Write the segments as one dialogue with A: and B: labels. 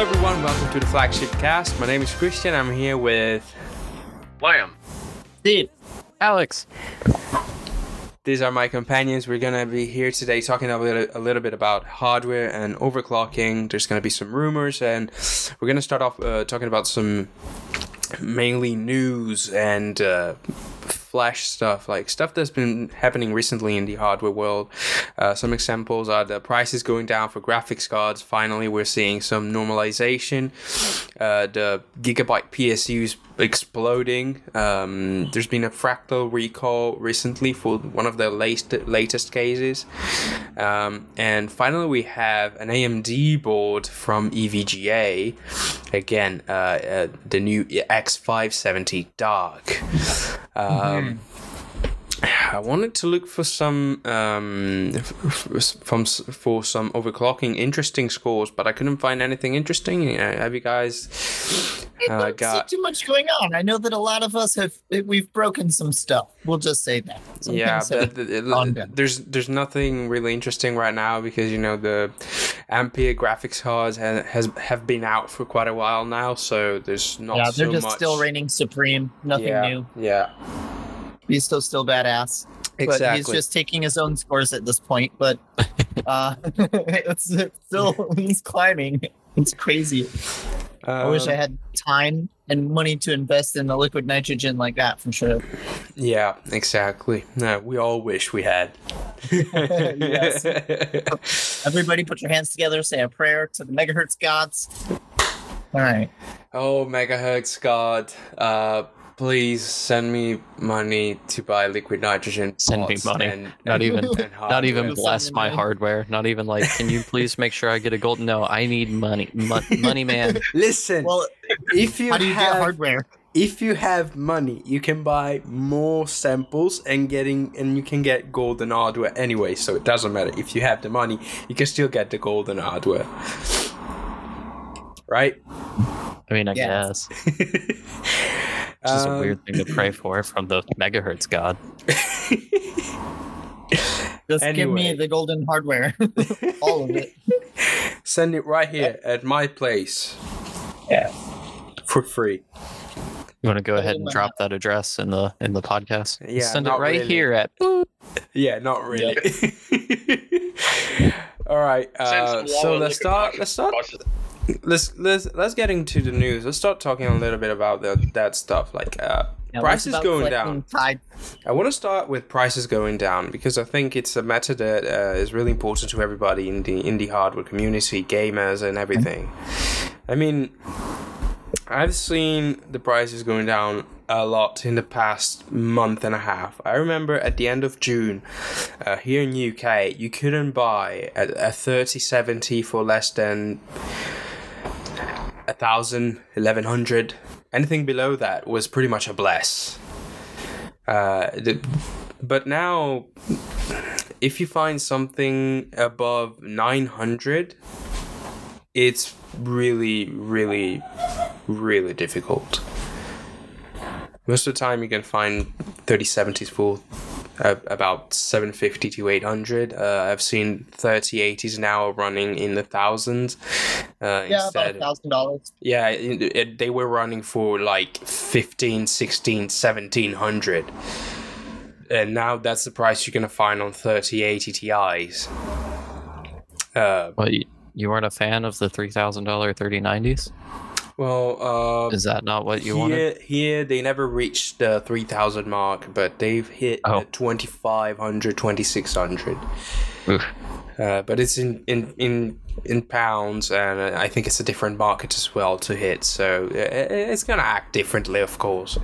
A: everyone. Welcome to the flagship cast. My name is Christian. I'm here with
B: Liam.
C: Dude,
A: Alex. These are my companions. We're gonna be here today talking a little, a little bit about hardware and overclocking. There's gonna be some rumors, and we're gonna start off uh, talking about some mainly news and uh, flash stuff, like stuff that's been happening recently in the hardware world. Uh, some examples are the prices going down for graphics cards. Finally, we're seeing some normalization. Uh, the gigabyte PSUs exploding. Um, there's been a fractal recall recently for one of the latest latest cases. Um, and finally, we have an AMD board from E EVGA. Again, uh, uh, the new X570 Dark. Um, I wanted to look for some um, f- f- from s- for some overclocking interesting scores, but I couldn't find anything interesting. Uh, Have you guys uh,
C: don't
A: got?
C: see too much going on. I know that a lot of us have we've broken some stuff. We'll just say that. Some
A: yeah,
C: things
A: but
C: have-
A: th- th-
C: on them.
A: there's there's nothing really interesting right now because you know the Ampere graphics cards ha- has have been out for quite a while now, so there's not
C: yeah,
A: so
C: they're just
A: much.
C: still reigning supreme. Nothing
A: yeah,
C: new.
A: Yeah,
C: He's still still badass. But he's
A: exactly.
C: just taking his own scores at this point. But uh, it's, it's still he's climbing. It's crazy. I wish I
A: Um,
C: had time and money to invest in a liquid nitrogen like that for sure.
A: Yeah, exactly. No, we all wish we had.
C: Yes. Everybody, put your hands together. Say a prayer to the megahertz gods. All right.
A: Oh, megahertz god, uh, please send me money to buy liquid nitrogen.
D: Send me
A: pots
D: money.
A: And,
D: Not
A: and-
D: even-
A: Um, and
D: Not even
A: hardware.
C: Something
D: bless my
C: like-
D: hardware. Not even like, can you please make sure I get a gold? No, I need money. Mon- money, man.
A: Listen,
C: Well,
A: if you
C: how do you
A: have
C: get hardware?
A: if you have money, you can buy more samples and getting and you can get golden hardware anyway. So it doesn't matter if you have the money, you can still get the golden hardware. Right?
D: I mean, I
C: Yeah.
D: guess. Which is a
A: Um,
D: weird thing to pray for from the megahertz god.
C: Just give me
A: Anyway.
C: the golden hardware, all of it.
A: Send it right here at my place
C: Yeah.
A: for free.
D: You want to go
C: Oh,
D: ahead and
C: my
D: drop that address in the in the podcast?
A: Yeah,
D: Send it
A: not
D: right
A: really.
D: here at.
A: Yeah, not really. All right. Uh,
B: Send some
A: so
B: wallet
A: let's
B: liquor
A: start.
B: vouchers-
A: Let's start.
B: vouchers.
A: Let's let's let's get into the news. Let's start talking a little bit about the, that stuff. Like uh,
C: Now, what's
A: prices
C: about
A: going
C: collecting
A: down.
C: Tide
A: I want to start with prices going down because I think it's a matter that uh, is really important to everybody in the indie hardware community, gamers, and everything. I mean, I've seen the prices going down a lot in the past month and a half. I remember at the end of June, uh, here in UK, you couldn't buy a, a 3070 for less than a thousand, eleven hundred. Anything below that was pretty much a bless. Uh, the, but now, if you find something above 900, it's really, really, really difficult. Most of the time, you can find 3070s for uh, about 750 to 800. Uh, I've seen 3080s now running in the thousands. Uh,
C: yeah,
A: instead
C: about a thousand dollars.
A: yeah, it, it, they were running for like 15, 16, 1700. And now that's the price you're going to find on 3080 Ti's. Uh,
D: Well, you, you weren't a fan of the three thousand dollar thirty nineties.
A: well, uh,
D: Is that not what you
A: here,
D: wanted?
A: here they never reached the 3000 mark, but they've hit
D: Oh.
A: the 2500, 2600.
D: Oof.
A: Uh, but it's in, in in in pounds, and I think it's a different market as well to hit. So uh, it, it's gonna act differently, of course.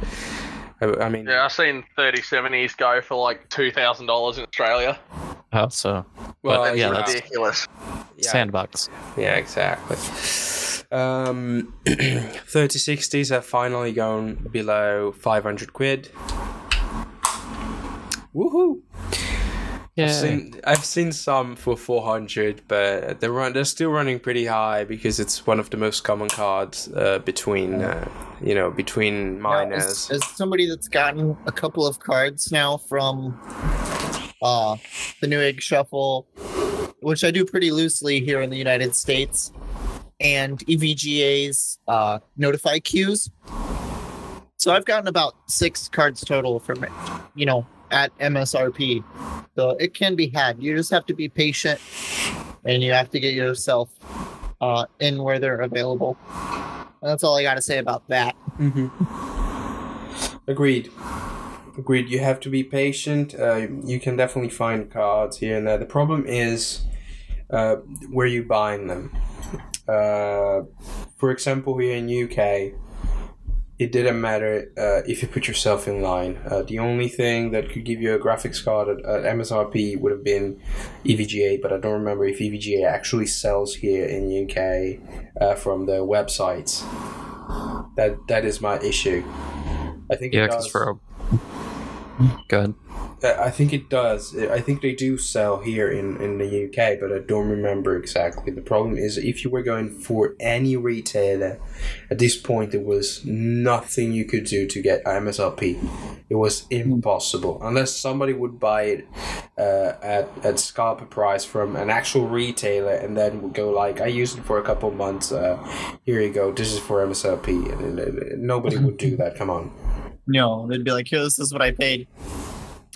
A: I, I mean,
B: Yeah, I've seen 3070s go for like $2,000 in Australia.
D: Oh, so
A: well,
B: That's
D: yeah,
A: you know,
D: that's-
B: ridiculous.
A: yeah,
D: sandbox.
A: Yeah, exactly. Um, 3060s have finally gone below 500 quid. Woohoo! I've
D: Yeah.
A: seen, I've seen some for 400, but they're run, they're still running pretty high because it's one of the most common cards uh, between uh, you know between
C: Now,
A: miners.
C: As, as somebody that's gotten a couple of cards now from uh, the New Egg Shuffle, which I do pretty loosely here in the United States, and E EVGA's uh, notify queues. So I've gotten about six cards total from it, you know, at MSRP. So it can be had. You just have to be patient and you have to get yourself uh, in where they're available. And that's all I got to say about that.
A: Mm-hmm. Agreed. Agreed. You have to be patient. Uh, you can definitely find cards here and there. The problem is uh, where you buying them. Uh, for example, here in UK, it didn't matter uh, if you put yourself in line. Uh, the only thing that could give you a graphics card at, at MSRP would have been E EVGA, but I don't remember if E EVGA actually sells here in UK uh, from their websites. That that is my issue. I think it
D: Yeah, because
A: does.
D: for a. Go ahead.
A: Uh, I think it does. I I think they do sell here in, in the UK, but I don't remember exactly. The problem is if you were going for any retailer, at this point there was nothing you could do to get MSRP. It was impossible unless somebody would buy it uh, at at scalper price from an actual retailer, and then would go like, "I used it for a couple months. Uh, here you go. This is for MSRP." And, and, and nobody would do that. Come on.
C: No, they'd be like, here, this is what I paid.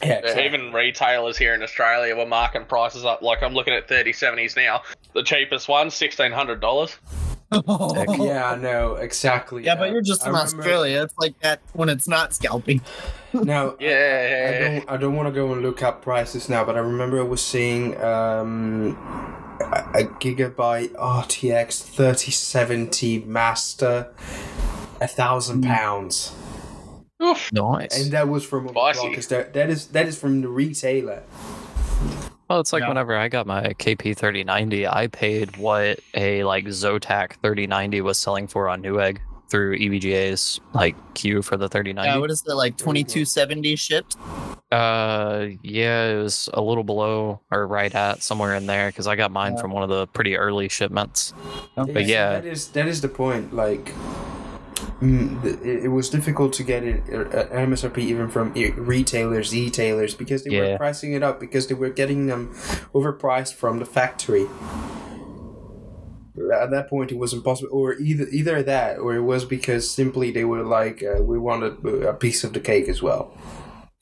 A: Yeah,
B: Yeah, Even retailers here in Australia were marking prices up. Like I'm looking at 3070s now. The cheapest one, sixteen hundred dollars.
A: yeah, I know exactly.
C: Oh. Yeah,
A: Uh,
C: but you're just
A: I
C: in
A: remember-
C: Australia. It's like that when it's not scalping.
A: No, I- I
B: Yeah.
A: don't. I don't want to go and look up prices now, but I remember I was seeing um, a a gigabyte RTX thirty seventy Master, a thousand
C: Hmm.
A: pounds,
B: Oof.
D: Nice.
A: and that was from
B: Spicy.
A: because that that is that is from the retailer.
D: Well, it's like
C: No.
D: whenever I got my KP 3090, I paid what a like Zotac 3090 was selling for on Newegg through E EVGA's like queue for the
C: Yeah,
D: 3090.
C: what is it like? Twenty-two seventy shipped.
D: uh, yeah, it was a little below or right at somewhere in there because I got mine
C: Yeah.
D: from one of the pretty early shipments.
A: Yes,
D: yeah.
A: that is that is the point. Like, mm, th- it, it was difficult to get it uh, at MSRP even from e- retailers, e-tailers, because they were
D: Yeah.
A: pricing it up because they were getting them overpriced from the factory. At that point, it was impossible, or either either that, or it was because simply they were like, uh, we wanted a piece of the cake as well.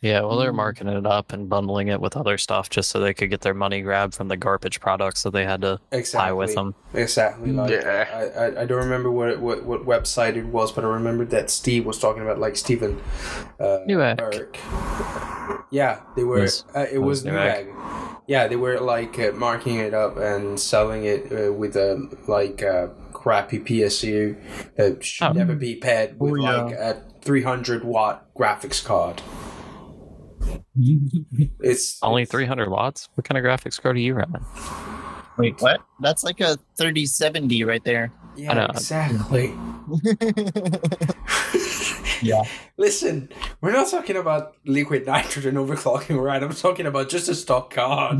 D: Yeah, well, they're
C: Mm.
D: marking it up and bundling it with other stuff just so they could get their money grabbed from the garbage products that they had to
A: Exactly.
D: buy with them.
A: Exactly. Like,
B: Yeah.
A: I, I, I don't remember what, what what website it was, but I remember that Steve was talking about like Stephen uh,
D: Newegg.
A: Burke. Yeah, they were.
D: Yes.
A: Uh, it
D: Oh,
A: was
D: Newegg.
A: Newegg. Yeah, they were like uh, marking it up and selling it uh, with um, like uh, crappy PSU that should
D: Oh.
A: never be paired with
C: Oh, yeah.
A: like a 300 watt graphics card. It's
D: Only
A: it's-
D: 300 watts? What kind of graphics card are you running?
C: Wait, what? That's like a thirty seventy right there.
D: I
A: Yeah,
D: know.
A: exactly.
C: Yeah.
A: Listen, we're not talking about liquid nitrogen overclocking, right? I'm talking about just a stock card.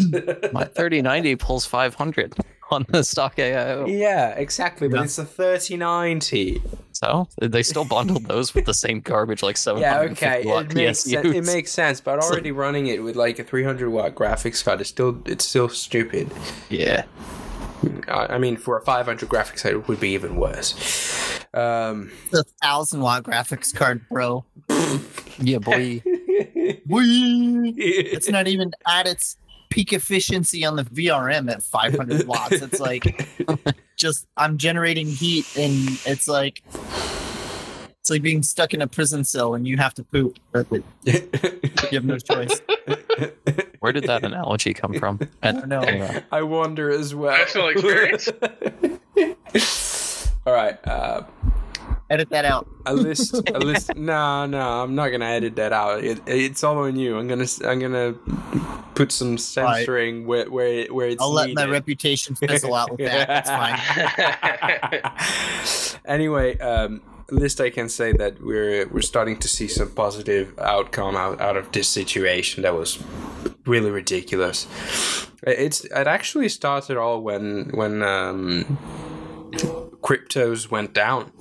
D: Mm. My 3090 pulls 500 on the stock AIO.
A: yeah, exactly. But
C: Yeah.
A: it's a 3090.
D: So they still bundled those with the same garbage, like seven
A: Yeah,
D: hundred and
A: okay.
D: fifty watt
A: It makes, sen-
D: PSUs.
A: it makes sense. But already running it with like a 300 watt graphics card is still it's still stupid.
D: yeah,
A: I I mean, for a 500 graphics card, it would be even worse. Um,
C: The thousand watt graphics card, bro.
D: yeah, boy.
C: Whee! It's not even at its peak efficiency on the VRM at five hundred watts. It's like just I'm generating heat, and it's like it's like being stuck in a prison cell, and you have to poop. You have no choice.
D: Where did that analogy come from? I
C: don't know.
A: I wonder as well.
B: Personal experience.
A: All right. Uh,
C: Edit that out.
A: a list. A list. No, no, I'm not gonna edit that out. It, it's all on you. I'm gonna. s- I'm gonna put some censoring where where it- where it's.
C: I'll let my
A: needed.
C: reputation fizzle out with that. That's fine.
A: anyway, um, at least I can say that we're we're starting to see some positive outcome out, out of this situation that was really ridiculous. It's it actually started all when when um, cryptos went down.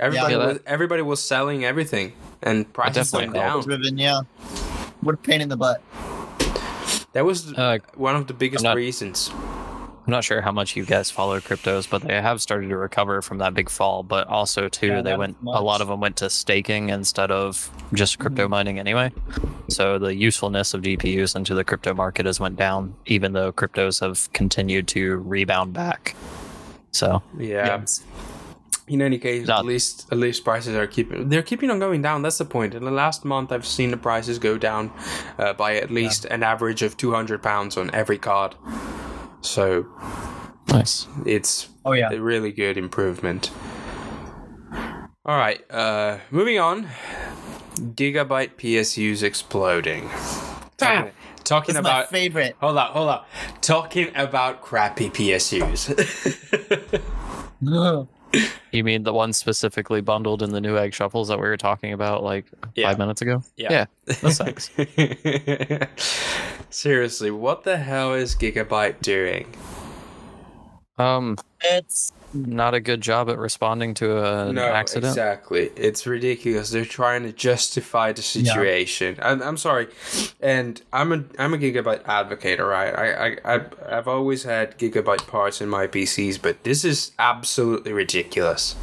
A: Everybody
D: Yeah, that-
A: was everybody was selling everything and prices went
D: definitely
A: down.
D: helped.
C: driven, yeah. What a pain in the butt.
A: That was
D: Uh,
A: one of the biggest
D: not-
A: reasons.
D: I'm not sure how much you guys follow cryptos, but they have started to recover from that big fall. But also, too,
E: Yeah,
D: they
E: not
D: went
E: as much.
D: a lot of them went to staking instead of just crypto mining anyway. So the usefulness of GPUs into the crypto market has went down, even though cryptos have continued to rebound back. So
A: Yeah. In any case,
D: Not-
A: at least at least prices are keeping they're keeping on going down. That's the point. In the last month, I've seen the prices go down uh, by at least an average of two hundred pounds on every card. So
D: nice.
A: it's
E: Oh yeah.
A: a really good improvement. All right, uh, moving on. Gigabyte PSUs exploding.
E: Ah,
A: Talking, talking
C: That's my
A: about
C: favorite.
A: hold up, hold up. Talking about crappy PSUs.
D: You mean the ones specifically bundled in the new egg shuffles that we were talking about like
A: Yeah.
D: five minutes ago?
A: Yeah.
D: yeah that sucks.
A: Seriously, what the hell is Gigabyte doing?
D: Um,
C: It's
D: not a good job at responding to an accident.
A: exactly. It's ridiculous. They're trying to justify the situation. I'm, I'm sorry, and I'm a I'm a Gigabyte advocate. All right, I I I've, I've always had Gigabyte parts in my PCs, but this is absolutely ridiculous.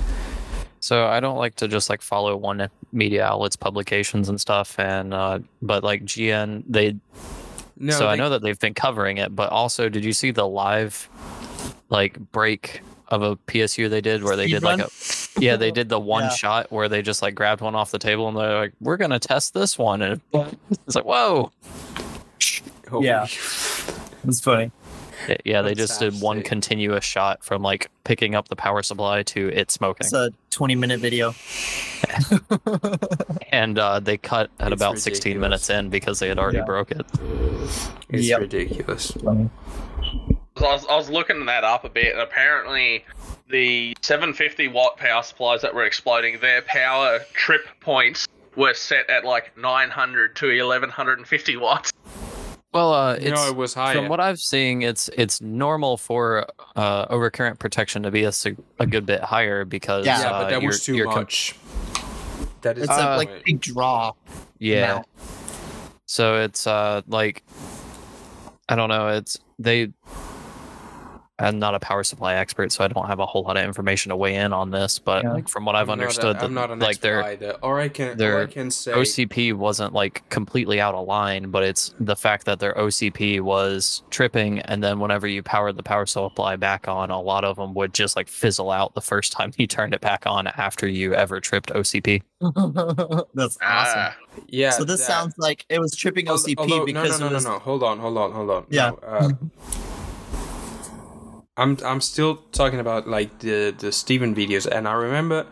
D: So I don't like to just like follow one media outlet's publications and stuff. And uh, but like GN, they
A: No,
D: so I
A: they-
D: know that they've been covering it. But also, did you see the live like break of a PSU they did where they did like a yeah they did the one
C: Yeah.
D: shot where they just like grabbed one off the table and they're like we're gonna test this one and
E: Yeah.
D: it's like whoa
A: Holy
E: Yeah. It's funny.
D: Y- yeah they
A: That's
D: just did one
A: absolutely-
D: continuous shot from like picking up the power supply to it smoking
C: it's a 20 minute video.
D: and uh, they cut at
A: It's
D: about 16
A: ridiculous.
D: minutes in because they had already
E: Yeah.
D: broke it
A: It's
E: Yep.
A: ridiculous.
E: Funny.
B: So I was, I was looking that up a bit, and apparently the 750 watt power supplies that were exploding, their power trip points were set at like 900 to 1150 watts.
D: Well, uh, it's,
A: No, it was higher.
D: from what I've seen, it's it's normal for uh, overcurrent protection to be a, sig- a good bit higher because
C: Yeah.
A: yeah,
D: uh,
A: but that
D: you're-
A: was too
D: you're com-
A: much. That is
C: It's
A: the
C: a
D: Uh,
A: point.
C: like big draw.
D: yeah,
C: amount.
D: so it's uh like I don't know. It's they. I'm not a power supply expert, so I don't have a whole lot of information to weigh in on this. But
E: Yeah.
D: like from what I've
A: I'm not a-
D: understood, that,
A: I'm not an
D: like
A: expert
D: their
A: either. Or I can, or I
D: their
A: can say
D: OCP wasn't like completely out of line, but it's the fact that their OCP was tripping, and then whenever you powered the power supply back on, a lot of them would just like fizzle out the first time you turned it back on after you ever tripped OCP.
C: That's awesome.
B: Ah,
A: yeah.
C: so this
A: that-
C: sounds like it was tripping
A: al-
C: OCP
A: although-
C: because
A: no, no,
C: it
A: no,
C: was
A: no, no. Hold on, hold on, hold on.
C: Yeah.
A: No, uh, I'm I'm still talking about like the the Steven videos, and I remember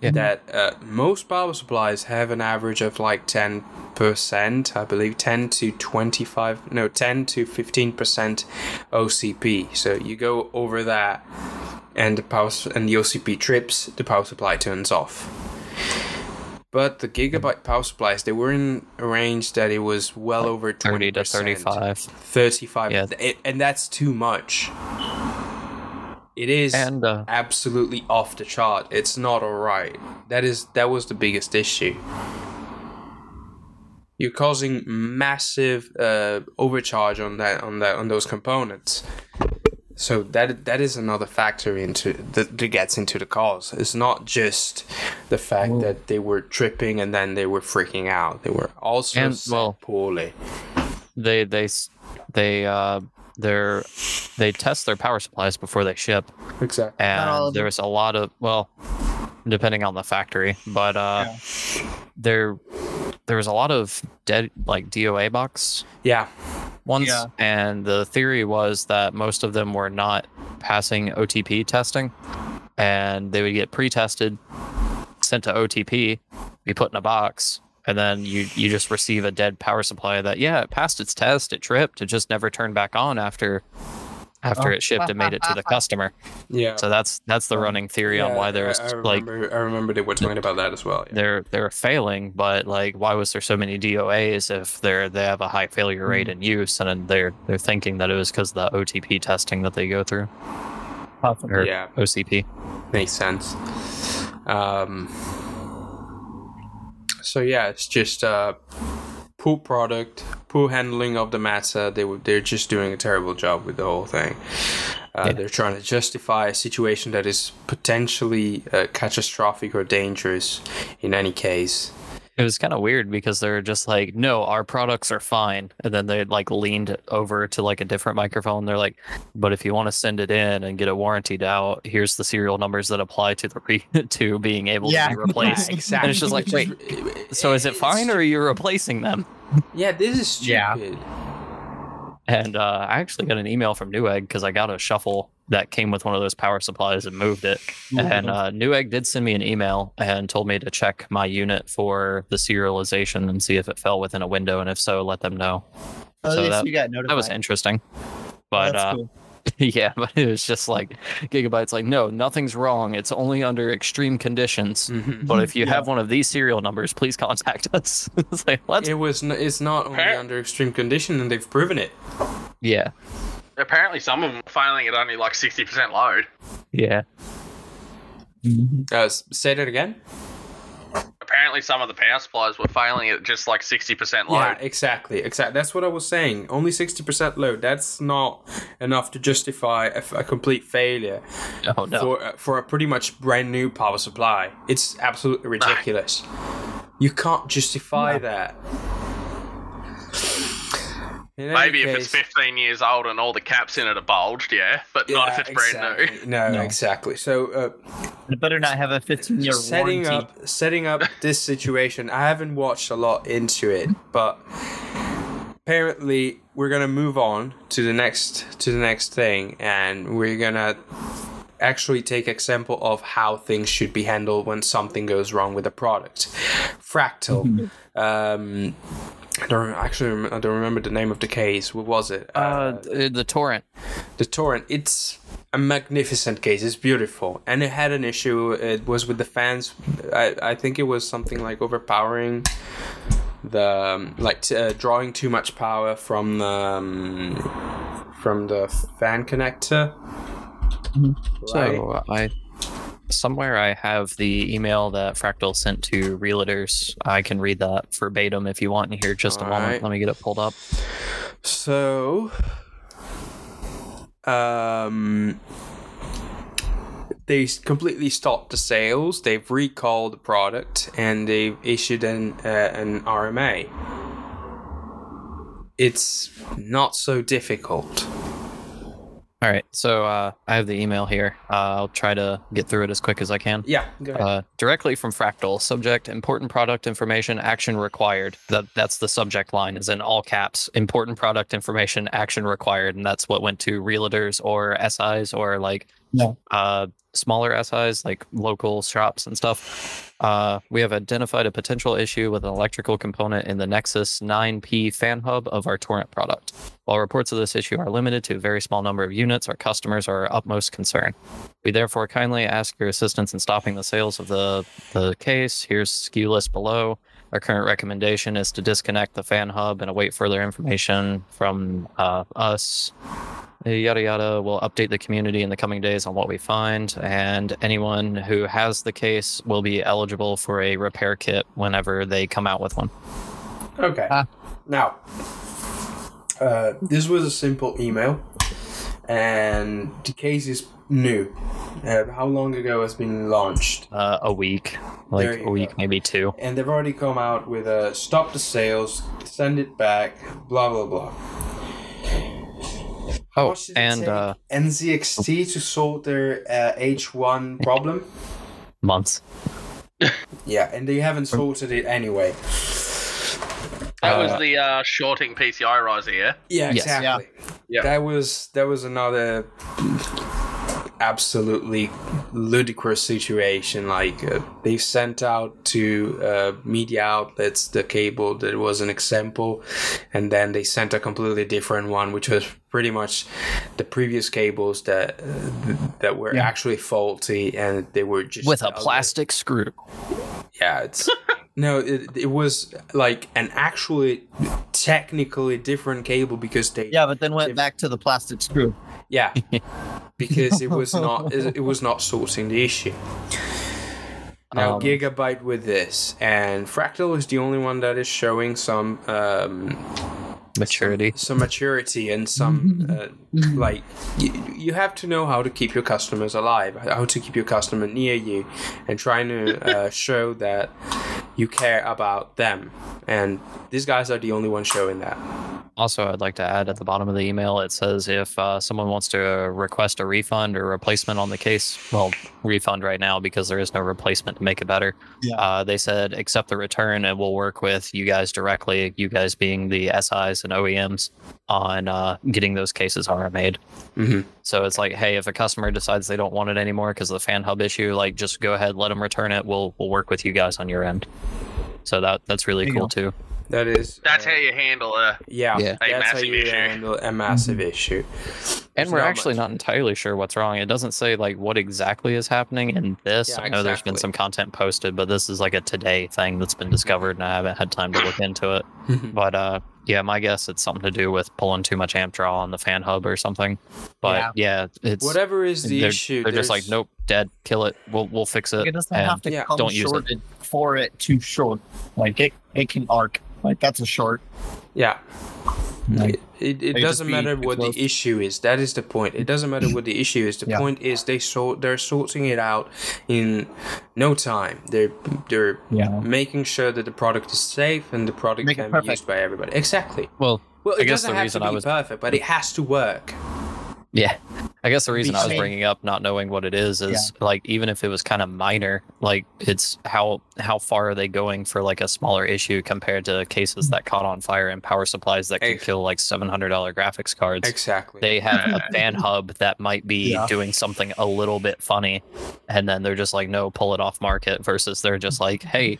D: Yeah.
A: that uh, most power supplies have an average of like ten percent, I believe, ten to twenty five, no, ten to fifteen percent OCP. So you go over that, and the power s- and the OCP trips, the power supply turns off. But the gigabyte power supplies, they were in a range that it was well over
D: 30
A: twenty
D: to 35.
A: 35
D: Yeah.
A: It- and that's too much it is
D: And uh,
A: absolutely off the chart it's not all right that is that was the biggest issue you're causing massive uh, overcharge on that on that on those components so that that is another factor into that, that gets into the cause it's not just the fact that they were tripping and then they were freaking out they were also
D: And,
A: set
D: well,
A: poorly
D: they, they, s- they, uh, they're, they test their power supplies before they ship.
A: exactly
D: and
C: all of
D: there
C: them.
D: was a lot of well depending on the factory but uh there there was a lot of dead like doa box
A: Yeah,
D: ones
C: Yeah.
D: and the theory was that most of them were not passing otp testing and they would get pre-tested sent to otp be put in a box and then you you just receive a dead power supply that yeah it passed its test it tripped it just never turned back on after after
E: Oh.
D: it shipped and made it to the customer
A: yeah.
D: so that's that's the running theory on
A: Yeah,
D: why there's
A: I, I
D: like
A: remember, I remember they were talking about that as well. yeah.
D: they're they're failing, but like why was there so many DOAs if they're they have a high failure
A: Mm.
D: rate in use and then they're they're thinking that it was because of the OTP testing that they go through
E: Possibly.
D: or
A: Yeah.
D: OCP.
A: Makes sense. Um. So yeah, it's just uh, poor product, poor handling of the matter. They were they're just doing a terrible job with the whole thing. Uh,
D: Yeah.
A: They're trying to justify a situation that is potentially uh, catastrophic or dangerous in any case.
D: It was kind of weird because they're just like, no, our products are fine. And then they like leaned over to like a different microphone. They're like, but if you want to send it in and get it warranted out, here's the serial numbers that apply to the re- to being able
C: Yeah.
D: to be replaced.
A: exactly.
D: And it's just like, wait, so is it fine or are you replacing them?
A: Yeah, this is
C: Yeah.
A: stupid.
D: And uh, I actually got an email from Newegg because I got a shuffle that came with one of those power supplies and moved it.
C: Oh,
D: And uh, Newegg did send me an email and told me to check my unit for the serialization and see if it fell within a window. And if so, let them know.
C: At
D: so
C: least
D: that-
C: you got notified.
D: That was interesting. But
C: Oh, That's
D: uh,
C: cool.
D: yeah, but it was just like Gigabyte's like, no, nothing's wrong. It's only under extreme conditions.
A: Mhm.
D: But if you
C: Mm-hmm. Yeah.
D: have one of these serial numbers, please contact us. it's like, let's.
A: It was. N- it's not only
B: Apparent-
A: under extreme condition, and they've proven it.
D: Yeah.
B: Apparently, some of them are failing at only like sixty percent load.
D: Yeah.
A: Uh, s- say that again.
B: Apparently, some of the power supplies were failing at just like sixty percent load.
A: Yeah, exactly. Exactly. That's what I was saying. Only 60% load. That's not enough to justify a, f- a complete failure
D: Oh, no.
A: for, uh, for a pretty much brand new power supply. It's absolutely ridiculous. You can't justify that. In any
B: Maybe if it's
A: case-
B: fifteen years old and all the caps in it are bulged, yeah, but not if it's brand new.
A: exactly. No,
E: No.
A: exactly. So, uh,
E: It better not have a 15 year
A: setting
E: warranty.
A: up setting up this situation i haven't watched a lot into it but apparently we're gonna move on to the next to the next thing and we're gonna actually take example of how things should be handled when something goes wrong with a product fractal um I don't actually. rem- I don't remember the name of the case. What was it?
D: uh, th- the torrent.
A: the torrent it's a magnificent case it's beautiful and it had an issue it was with the fans i, I think it was something like overpowering the um, like t- uh, drawing too much power from the um, from the fan connector right
D: So I somewhere I have the email that Fractal sent to realtors. I can read that verbatim if you want in here just a moment.
A: Alright.
D: Let me get it pulled up.
A: So, um, they s- completely stopped the sales. They've recalled the product and they've issued an uh, an RMA. It's not so difficult.
D: All right. So uh, I have the email here. Uh, I'll try to get through it as quick as I can.
A: Yeah, go ahead.
D: Uh, directly from Fractal. Subject: Important product information. Action required. That that's the subject line is in all caps. Important product information. Action required, and that's what went to realtors or SIs or like
E: Yeah.
D: uh, smaller SIs like local shops and stuff. Uh, we have identified a potential issue with an electrical component in the Nexus 9P fan hub of our Torrent product. While reports of this issue are limited to a very small number of units, our customers are our utmost concern. We therefore kindly ask your assistance in stopping the sales of the, the case. Here's SKU list below. Our current recommendation is to disconnect the fan hub and await further information from uh, us. Yada yada. We'll update the community in the coming days on what we find, and anyone who has the case will be eligible for a repair kit whenever they come out with one.
A: Okay.
E: Ah.
A: now, uh, this was a simple email, and the case is new. Uh, how long ago has been launched?
D: Uh, a week,
A: There
D: like
A: you
D: a week,
A: go.
D: maybe two.
A: and they've already come out with a stop the sales, send it back, blah blah blah.
D: Oh,
A: What should it
D: and
A: take
D: uh,
A: NZXT to solve their uh, H1 problem.
D: months.
A: yeah, and they haven't
D: Um,
A: sorted it anyway.
B: That was
D: Uh,
B: the uh, shorting PCI riser, yeah.
A: Yeah,
D: Yes.
A: exactly.
B: Yeah.
A: That was that was another absolutely ludicrous situation. Like uh, they sent out to uh, media outlets the cable that was an example, and then they sent a completely different one, which was pretty much the previous cables that uh, that were actually faulty, and they were just
D: with a
A: out there.
D: plastic screw.
A: Yeah, it's no, it, it was like an actually technically different cable because they
E: Yeah, but then
A: If-
E: went back to the plastic screw.
A: yeah, because it was not it, it was not sorting the issue. Now
D: Um,
A: Gigabyte with this, and Fractal is the only one that is showing some um,
D: maturity.
A: some maturity and some uh, like you, you have to know how to keep your customers alive how to keep your customer near you and trying to uh, show that you care about them and these guys are the only ones showing that
D: Also, I'd like to add at the bottom of the email, it says if uh, someone wants to request a refund or replacement on the case, well, refund right now because there is no replacement to make it better.
F: Yeah.
D: Uh, they said accept the return and we'll work with you guys directly, you guys being the SIs and OEMs, on uh, getting those cases RMA'd.
A: mm-hmm.
D: So it's like, hey, if a customer decides they don't want it anymore because of the fan hub issue, like just go ahead, let them return it. We'll we'll work with you guys on your end. So that that's really
F: There you
D: cool
F: go.
D: too.
A: that is
B: That's
A: uh,
B: how you handle a
A: yeah,
D: Yeah. Mm-hmm.
B: A
A: that's how
B: massive
A: you
B: issue.
A: handle a massive issue
D: And
A: There's
D: we're
A: not
D: actually
A: much-
D: not entirely sure what's wrong. It doesn't say like what exactly is happening in this.
A: Yeah,
D: I know there's been
A: exactly.
D: some content posted, but this is like a today thing that's been discovered, and I haven't had time to look into it.
A: Mm-hmm.
D: But uh, yeah, my guess it's something to do with pulling too much amp draw on the fan hub or something. But yeah, it's
A: whatever is the
D: they're,
A: issue
D: They're just like,
A: there's-
D: nope, dead, kill it. We'll we'll fix it.
E: It doesn't
D: and-
E: have to
A: yeah,
E: come
D: don't use it.
E: shorted for it to short. Like it, it can arc. Like that's a short.
A: Yeah.
E: Like,
A: It, it, it
E: just
A: doesn't
E: be
A: matter what the
E: exposed.
A: issue is. That is the point. It doesn't matter what the issue is. The
E: Yeah.
A: point is they sort they're sorting it out in no time. They're they're
E: Yeah.
A: making sure that the product is safe and the product
E: Make it
A: can be
E: perfect.
A: used by everybody. Exactly.
D: well,
A: Well,
D: I
A: it
D: guess
A: doesn't
D: the
A: have
D: reason
A: to be
D: I was-
A: perfect, but it has to work.
D: Yeah. I guess the reason I was
E: Because-
D: bringing up not knowing what it is is like even if it was kind of minor, like it's how how far are they going for like a smaller issue compared to cases that caught on fire and power supplies that could
A: Ex-
D: kill like seven hundred dollar graphics cards.
A: Exactly.
D: They have a fan hub that might be
F: Yeah.
D: doing something a little bit funny, and then they're just like, no, pull it off market. Versus they're just like, hey,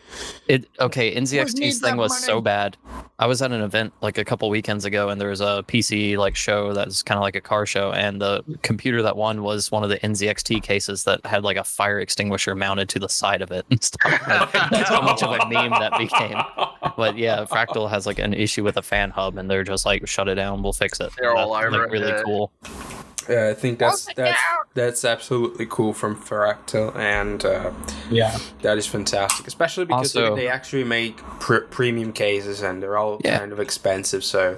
D: it okay. NZXT's
E: need
D: thing
E: that
D: was so
E: money.
D: bad. I was at an event like a couple weekends ago, and there was a PC like show that's kind of like a car show, and the computer that won was one of the NZXT cases that had like a fire extinguisher mounted to the side of it and stuff. Like, that's how much of a meme that became. But yeah, Fractal has like an issue with a fan hub, and they're just like, shut it down, we'll fix it.
B: They're all
D: That's,
B: over
D: like,
B: it,
D: Really
B: yeah.
D: cool.
A: Uh, I think that's that's that's absolutely cool from Fractal, and uh,
E: Yeah.
A: that is fantastic, especially because they-
D: Also-
A: they actually make pr- premium cases and they're all
D: Yeah.
A: kind of expensive. So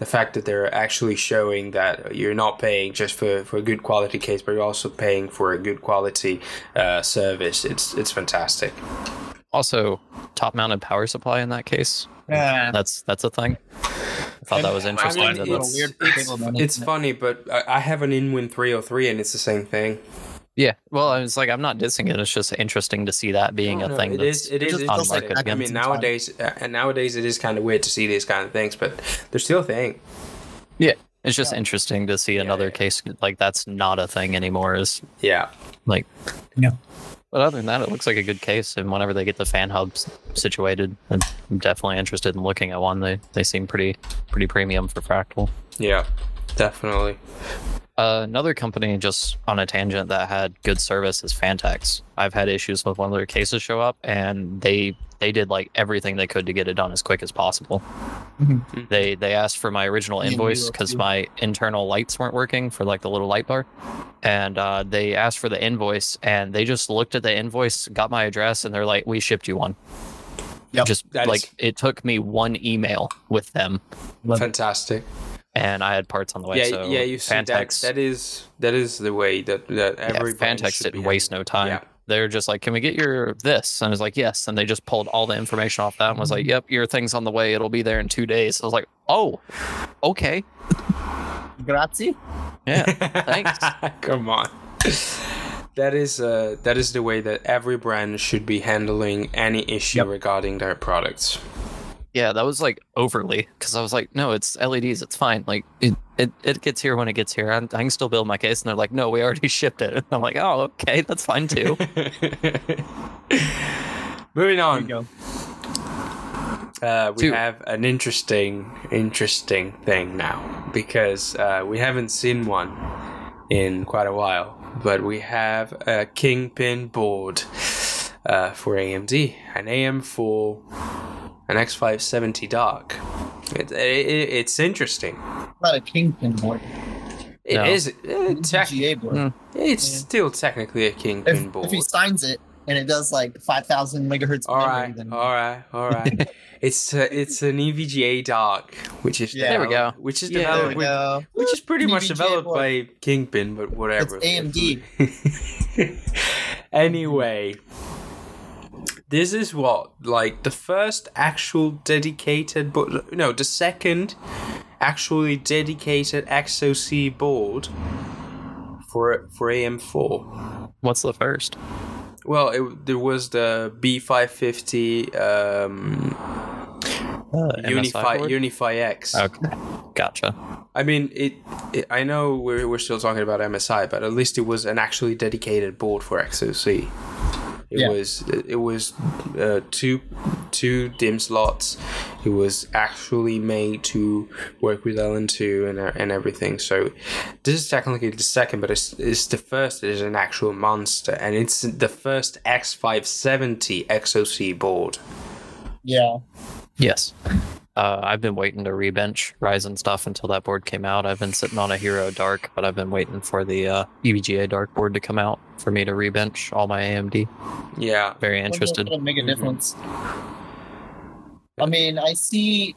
A: the fact that they're actually showing that you're not paying just for, for a good quality case, but you're also paying for a good quality uh, service, it's it's fantastic.
D: Also, top mounted power supply in that case.
E: Yeah.
D: That's that's a thing. I thought that was
A: I
D: interesting.
A: mean,
D: that
E: a little
A: it's,
D: that's-
E: weird for
A: it's,
E: cable then,
A: it's
E: isn't it?
A: funny, but I, I have an Inwin 303 and it's the same thing.
D: yeah. Well, I was like, I'm not dissing it. It's just interesting to see that being
A: Oh, No,
D: a
A: no,
D: thing.
A: It
D: that's,
A: is. It is.
E: just
A: interesting.
D: feels like that
A: I
E: happens
A: mean,
E: in time.
A: nowadays, uh, and nowadays, it is kind of weird to see these kind of things, but they're still a thing.
D: It's just interesting to see another
A: yeah.
D: case like that's not a thing anymore. Is
A: Yeah.
D: like
E: No.
D: But other than that, it looks like a good case. And whenever they get the fan hubs situated, I'm definitely interested in looking at one. They they seem pretty pretty premium for fractal.
A: Yeah. Definitely.
D: Uh, another company just on a tangent that had good service is Fantex. I've had issues with one of their cases show up, and they they did like everything they could to get it done as quick as possible.
A: Mhm.
D: They they asked for my original
E: Yeah, they
D: invoice
E: will
D: because
E: too.
D: my internal lights weren't working for like the little light bar, and uh, they asked for the invoice, and they just looked at the invoice, got my address, and they're like, "We shipped you one."
E: Yep,
D: just
A: that is-
D: like it took me one email with them,
E: Love it.
A: Fantastic.
D: and I had parts on the way.
A: yeah,
D: so
A: yeah, you see that,
D: Fantex-
A: that is that is the way that that every
D: yeah, Fantex didn't waste no time.
A: Yeah.
D: They're just like, can we get your this? And it's like, yes. And they just pulled all the information off that and was like, yep, your thing's on the way. It'll be there in two days. I was like, oh, okay.
E: Grazie.
D: Yeah.
A: Thanks. Come on. That is uh, that is the way that every brand should be handling any issue regarding their products.
D: yeah. That was like overly because I was like, no, it's LEDs. It's fine. Like, it, it, it gets here when it gets here. i I can still build my case. And they're like, no, we already shipped it. And I'm like, oh, okay. That's fine too.
A: Moving
E: There you
A: on,
E: go.
A: uh, we
D: Two.
A: have an interesting, interesting thing now because uh, we haven't seen one in quite a while, but we have a kingpin board uh, for AMD, an AM4, an X570 Dark. It, it, it's interesting.
E: Not a kingpin board.
A: It
D: No.
A: is uh, tech-
E: GA board.
D: Mm.
A: It's still technically a kingpin
E: If,
A: board.
E: if he signs it,
C: and it does like 5,000 megahertz.
A: All
C: memory,
A: right,
C: then-
A: all right, all right. it's a, it's an E EVGA dock, which is
C: Yeah. There
D: we
A: developed- Which is
D: Yeah,
C: There
A: developed,
C: we
A: with-
C: go. E
A: which is pretty much
C: EVGA
A: developed
C: boy.
A: by Kingpin, but whatever.
C: AMD.
A: anyway, this is what like the first actual dedicated, but no, the second actually dedicated XOC board for for AM4.
D: What's the first?
A: Well, it, there was the B550 um,
D: Uh,
A: Unify
D: board?
A: Unify X. I
D: okay, gotcha.
A: mean, it, it. I know we're we're still talking about MSI, but at least it was an actually dedicated board for XOC. It
C: Yeah.
A: was it was uh, two two dim slots. It was actually made to work with LN2 and uh, and everything. So this is technically the second, but it's, it's the first. It is an actual monster, and it's the first X570 XOC board.
C: Yeah.
D: Yes. Uh, I've been waiting to rebench Ryzen stuff until that board came out. I've been sitting on a Hero Dark, but I've been waiting for the uh, EVGA Dark board to come out for me to rebench all my AMD.
A: Yeah,
D: Very
C: Wonder if
D: interested.
C: It'll make a
A: Mhm.
C: difference. I mean, I see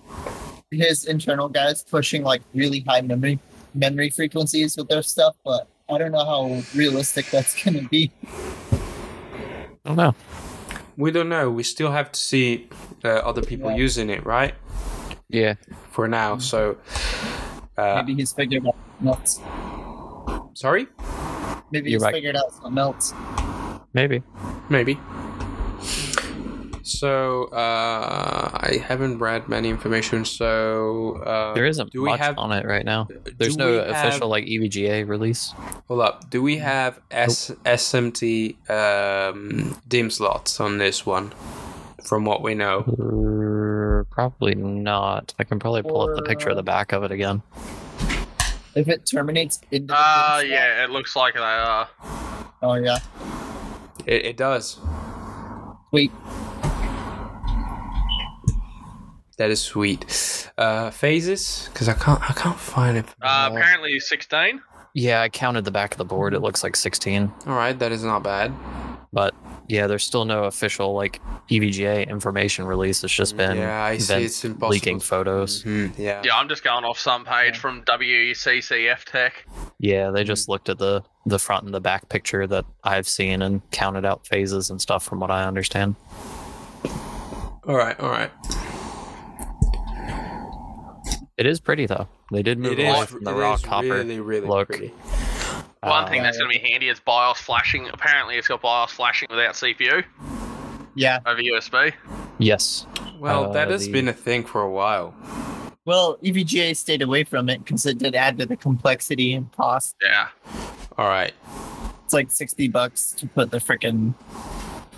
C: his internal guys pushing like really high memory memory frequencies with their stuff, but I don't know how realistic that's gonna be.
D: I don't know.
A: we don't know. We still have to see uh, other people
C: Yeah.
A: using it, right?
D: Yeah.
A: For now, so. Uh,
C: Maybe he's figured out something else.
A: sorry,
C: Maybe
D: You're
C: he's
D: right.
C: figured out something else.
D: Maybe.
A: maybe. So uh, I haven't read many information. So uh,
D: There isn't
A: do we
D: much
A: have-
D: on it right now.
A: do
D: There's no
A: we have-
D: official Mm-hmm. like E EVGA release.
A: Hold up. Do we have S- SMT um, dim slots on this one? From what we know.
D: Uh, Probably not. I can probably pull up the picture of the back of it again.
C: If it terminates in the
B: Uh,
C: defense round-
B: yeah, it looks like they are.
C: Oh yeah.
A: It, it does.
C: Wait.
A: That is sweet. Uh, phases? Because I can't, I can't find it.
B: Uh, apparently 16.
D: Yeah, I counted the back of the board. It looks like 16.
A: All right, that is not bad.
D: but yeah, there's still no official like EVGA information release. It's just been
A: yeah, I see.
D: them
A: It's impossible.
D: leaking photos.
A: Mhm, yeah.
B: Yeah, I'm just going off some page from E WCCF Tech.
D: Yeah, they
A: Mm-hmm.
D: just looked at the the front and the back picture that I've seen and counted out phases and stuff from what I understand.
A: All right. All right.
D: It is pretty though. They did move
A: It
D: away
A: is.
D: from the
A: it
D: raw
A: is
D: copper.
A: really, really
D: look.
A: pretty.
B: One
D: Uh,
B: thing that's going to be handy is BIOS flashing. Apparently, it's got BIOS flashing without CPU
C: Yeah.
B: over USB.
D: Yes.
A: Well,
D: Uh,
A: that has
D: the-
A: been a thing for a while.
C: Well, E EVGA stayed away from it because it did add to the complexity and cost.
B: Yeah.
A: All right.
C: It's like sixty bucks to put the freaking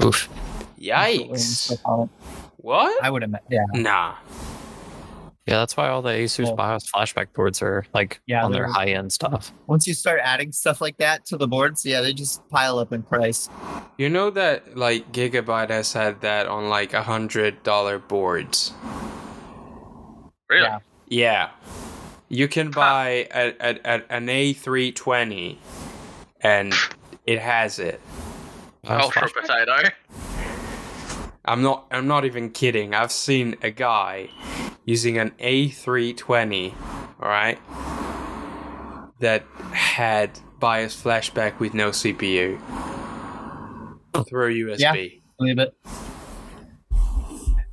D: Oof.
A: Yikes. What?
C: I would imagine. Yeah.
A: Nah.
D: Yeah, that's why all the Asus
C: Well-
D: BIOS flashback boards are like
C: Yeah,
D: on their
C: they're-
D: high end stuff.
C: Once you start adding stuff like that to the boards, yeah, they just pile up in price.
A: You know that like Gigabyte has had that on like a hundred dollar boards.
B: Really?
C: Yeah.
A: Yeah. You can buy a, a, a, an A320 and it has it.
D: BIOS
B: Ultra
D: flashback?
B: potato.
A: I'm not I'm not even kidding. I've seen a guy using an A320, all right? That had BIOS flashback with no CPU through USB.
C: Believe it.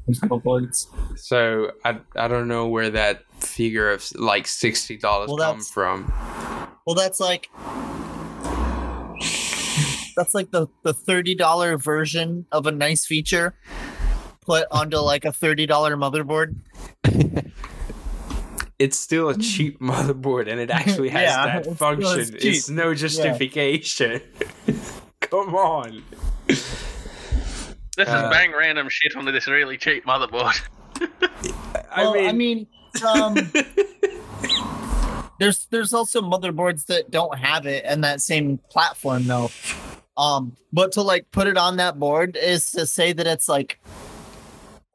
C: Those little boards.
A: So I, I don't know where that figure of like sixty dollars
C: Well,
A: come
C: that's-
A: from.
C: Well, that's like that's like the the thirty dollar version of a nice feature put onto like a thirty dollar motherboard.
A: It's still a cheap motherboard, and it actually has
C: Yeah,
A: that
C: it's still-
A: function.
C: it's
A: It's,
C: cheap.
A: no justification. come on.
B: This
A: Uh,
B: is bang random shit on this really cheap motherboard.
A: I mean,
C: I mean, um, there's there's also motherboards that don't have it in that same platform though. Um, but to like put it on that board is to say that it's like,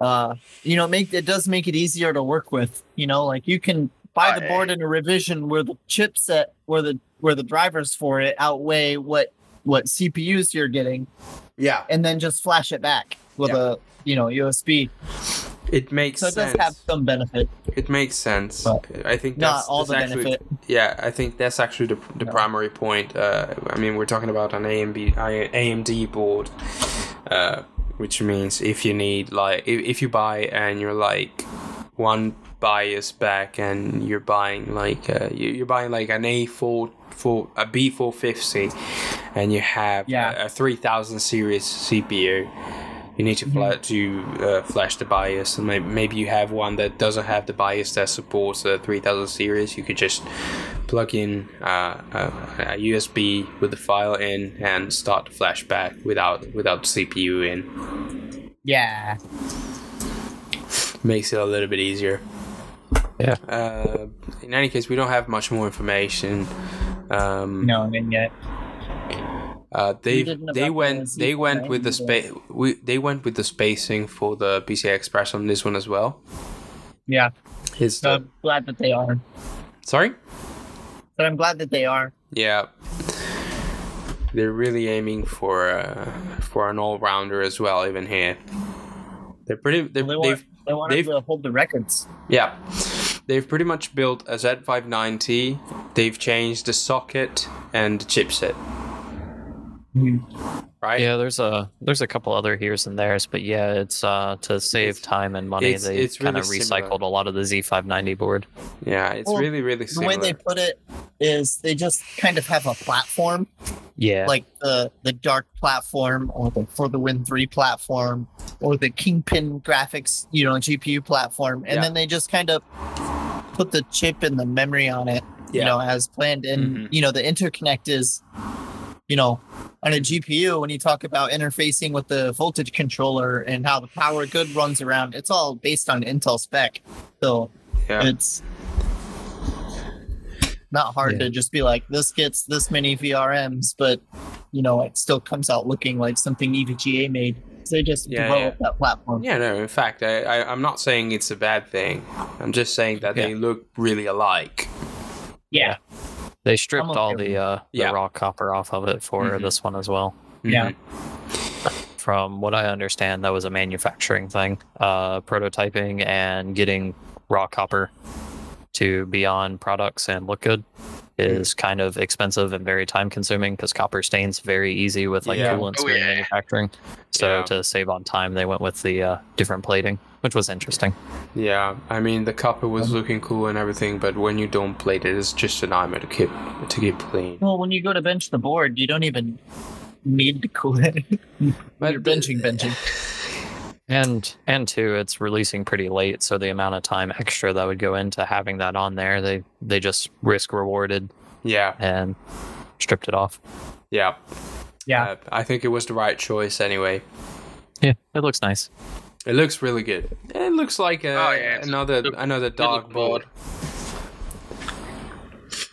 C: uh, you know, make it does make it easier to work with. You know, like you can buy the
B: Aye.
C: board in a revision where the chipset where the where the drivers for it outweigh what what CPUs you're getting,
A: Yeah,
C: and then just flash it back with
A: Yeah.
C: a you know USB.
A: it makes
C: So it does
A: sense.
C: have some benefit,
A: It makes sense.
C: But
A: I think
C: not
A: that's,
C: all
A: that's
C: the
A: actually,
C: benefit.
A: Yeah, I think that's actually the, the
E: No.
A: primary point. Uh, I mean, we're talking about an AMB, I- AMD board, uh, which means if you need like if, if you buy and you're like one bias back and you're buying like uh, you, you're buying like an A4 for a B450 and you have
E: Yeah.
A: a, a 3000 series CPU you need to fla- to uh, flash the bias, and maybe, maybe you have one that doesn't have the bias that supports the 3000 series. You could just plug in uh, a, a USB with the file in and start the flashback without without the CPU in.
C: Yeah.
A: Makes it a little bit easier.
D: Yeah.
A: Uh, in any case, we don't have much more information. Um,
E: No, I mean yet.
A: Uh, they
C: didn't
A: they
C: about
A: went
C: the
A: they went
C: Z9
A: with the
C: either.
A: space we they went with the spacing for the PCI Express on this one as well.
E: Yeah.
A: His
C: So I'm glad that they are.
A: sorry.
C: But I'm glad that they are.
A: Yeah. They're really aiming for uh, for an all rounder as well. Even here, they're pretty. They're, they've
C: They want, they want
A: they've-
C: to hold the records.
A: yeah, they've pretty much built a Z590. They've changed the socket and the chipset.
E: Hmm.
A: Right.
D: yeah, there's a there's a couple other here's and theirs, but yeah, it's uh to save
A: It's-
D: time and money.
A: it's-
D: they
A: it's
D: kind
A: really
D: of
A: similar.
D: recycled a lot of the Z590 board.
A: Yeah, it's
C: Well,
A: really really similar.
C: The way they put it is they just kind of have a platform
D: Yeah,
C: like the the dark platform or the for the win 3 platform or the kingpin graphics you know gpu platform and
A: Yeah.
C: then they just kind of put the chip and the memory on it you
A: Yeah.
C: know as planned and
A: Mhm.
C: you know the interconnect is you know on a gpu when you talk about interfacing with the voltage controller and how the power good runs around it's all based on intel spec so
A: yeah.
C: it's not hard to just be like this gets this many vrms but you know it still comes out looking like something E evga made so they just
A: Yeah,
C: developed that platform
A: Yeah, no, in fact, I, I, I'm not saying it's a bad thing. I'm just saying that they look really alike.
D: Yeah. they stripped
C: I'm okay
D: all
C: with
D: the uh the
A: Yeah.
D: raw copper off of it for
A: Mhm.
D: this one as well.
E: Yeah.
A: Mhm.
D: From what I understand, that was a manufacturing thing, uh, prototyping and getting raw copper to be on products and look good is kind of expensive and very time consuming because copper stains very easy with like
A: Yeah.
D: coolants
B: Oh,
D: during
B: yeah.
D: manufacturing. So
A: Yeah.
D: to save on time, they went with the uh, different plating, which was interesting.
A: Mm-hmm. Yeah, I mean, the copper was looking cool and everything, but when you don't plate it, it's just a nightmare to keep, to keep clean.
C: well when you go to bench the board you don't even need to cool it
A: But
C: you're benching benching
D: And and two, it's releasing pretty late, so the amount of time extra that would go into having that on there, they they just risk rewarded
A: Yeah,
D: and stripped it off.
A: yeah.
E: Yeah.
A: Uh, I think it was the right choice anyway.
D: Yeah, it looks nice.
A: It looks really good. It looks like a,
B: Oh, yeah, it's
A: another
B: good-
A: another dog
B: looking
A: board.
B: board.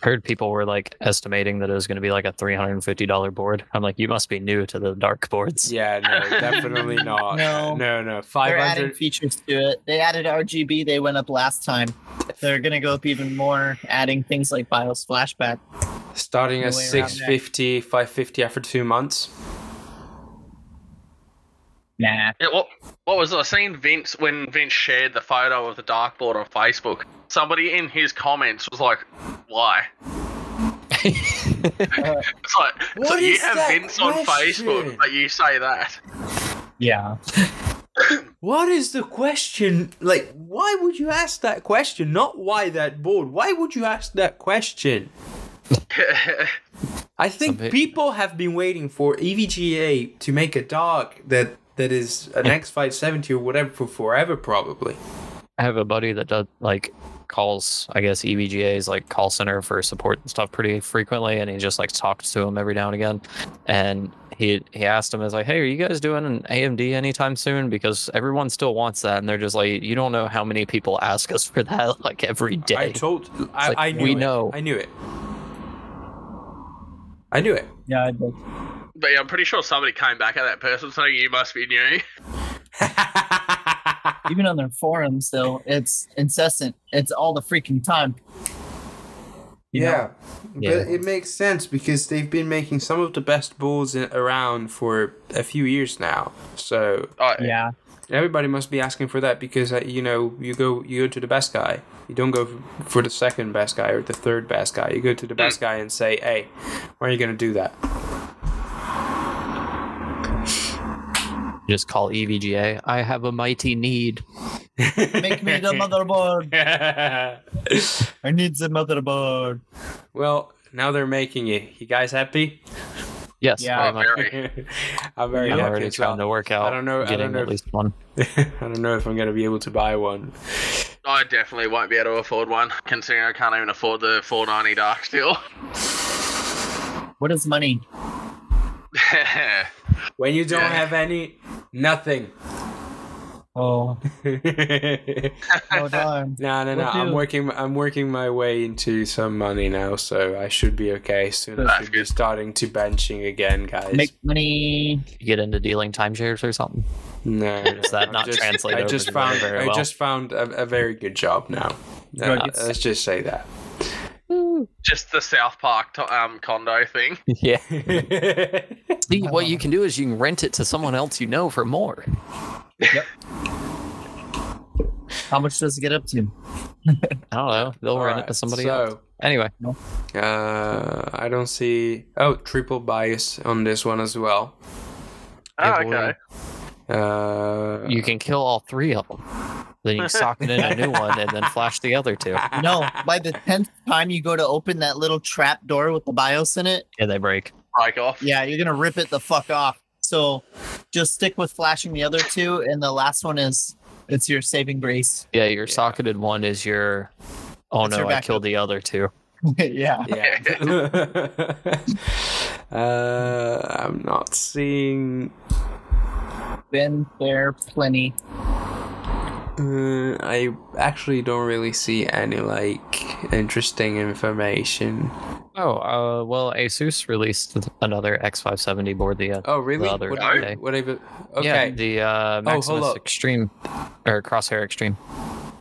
D: Heard people were like estimating that it was going to be like a three hundred and fifty dollar board. I'm like, you must be new to the dark boards.
A: Yeah, no, definitely not.
C: No.
A: no, no.
C: they're adding
A: 500.
C: features to it they added rgb they went up last time they're gonna go up even more adding things like bios flashback
A: Starting
C: No
A: at
C: way around
A: 650, 550 after two months.
E: Nah.
B: Yeah, what, what was it? I seen Vince when Vince shared the photo of the dark board on Facebook. Somebody in his comments was like, "Why?" it's like, it's
A: What
B: like you
A: is
B: have
A: that
B: Vince on
A: question?
B: Facebook, but you say that.
E: Yeah.
A: What is the question? Like, why would you ask that question? Not why that board. Why would you ask that question? I think
D: Somebody-
A: people have been waiting for EVGA to make a dog that that is an X570 or whatever for forever, probably.
D: I have a buddy that does like calls, I guess E EVGA's like call center for support and stuff pretty frequently, and he just like talks to him every now and again. And he he asked him, is like, hey, are you guys doing an AMD anytime soon? Because everyone still wants that, and they're just like, you don't know how many people ask us for that like every day.
A: I told. I,
D: like,
A: I knew
D: we
A: it.
D: know.
A: I knew it. I knew it.
E: Yeah. I did.
B: But yeah, I'm pretty sure somebody came back at that person saying you must be new.
C: even on their forums though it's incessant it's all the freaking time
E: you
A: yeah,
D: Yeah.
A: but it makes sense because they've been making some of the best balls in, around for a few years now. So
B: I,
E: know? Yeah.
A: everybody must be asking for that because uh, you know you go you go to the best guy. You don't go f- for the second best guy or the third best guy. You go to the best guy and say, "Hey, why are you gonna do that?"
D: Just call EVGA. I have a mighty need.
E: Make me the motherboard. I need the motherboard.
A: Well, now they're making it. You guys happy?
D: Yes, very
E: Yeah.
B: oh,
D: much.
B: very.
A: I'm very
D: I'm
A: happy.
D: already
A: as well.
D: trying to work out.
A: I don't know- I don't
D: Getting
A: know if-
D: at least one.
A: I don't know if I'm gonna be able to buy one.
B: I definitely won't be able to afford one, considering I can't even afford the 490 Dark Steel.
E: What is money?
A: When you don't
B: Yeah.
A: have any, nothing.
E: Oh,
A: no,
E: oh darn.
A: no, no.
E: What do
A: I'm
E: you-
A: working. I'm working my way into some money now, so I should be okay soon. I
B: That's
A: should be
B: good.
A: starting to benching again, guys.
E: Make money.
D: You get into dealing timeshares or something.
A: no,
D: Does that not
A: just,
D: translate
A: I
D: over
A: just
D: to money
A: found.
D: very
A: I
D: well?
A: just found a, a very good job now.
E: Good.
A: Uh, let's just say that.
B: Just the South Park to, um, condo thing.
D: yeah.
A: yeah,
D: See, what you can do is you can rent it to someone else you know for more.
E: How much does it get up to?
D: I don't know. They'll rent it to somebody else. Anyway,
A: Uh, I don't see. Oh, triple bias on this one as well.
B: Oh,
D: Hey, boy.
B: okay.
A: Uh,
D: you can kill all three of them. Then you socket in a new one and then flash the other two.
E: No.
C: By the tenth time you go to open that little trap door with the BIOS in it,
D: Yeah, they break.
B: Break off.
C: yeah, you're gonna rip it the fuck off. So just stick with flashing the other two, and the last one is it's your saving grace.
D: Yeah, your
A: Yeah.
D: socketed one is your. Oh
C: It's
D: no,
C: your
D: I killed the other two.
E: yeah.
A: yeah. uh, I'm not seeing.
E: Been there plenty.
A: Uh, I actually don't really see any like interesting information.
D: Oh, uh, well, Asus released another X570 board the uh,
A: Oh, really?
D: The other
A: what,
D: guy.
A: what have it- Oh, Okay,
D: Yeah, the uh, Maximus
A: up.
D: Extreme or Crosshair Extreme.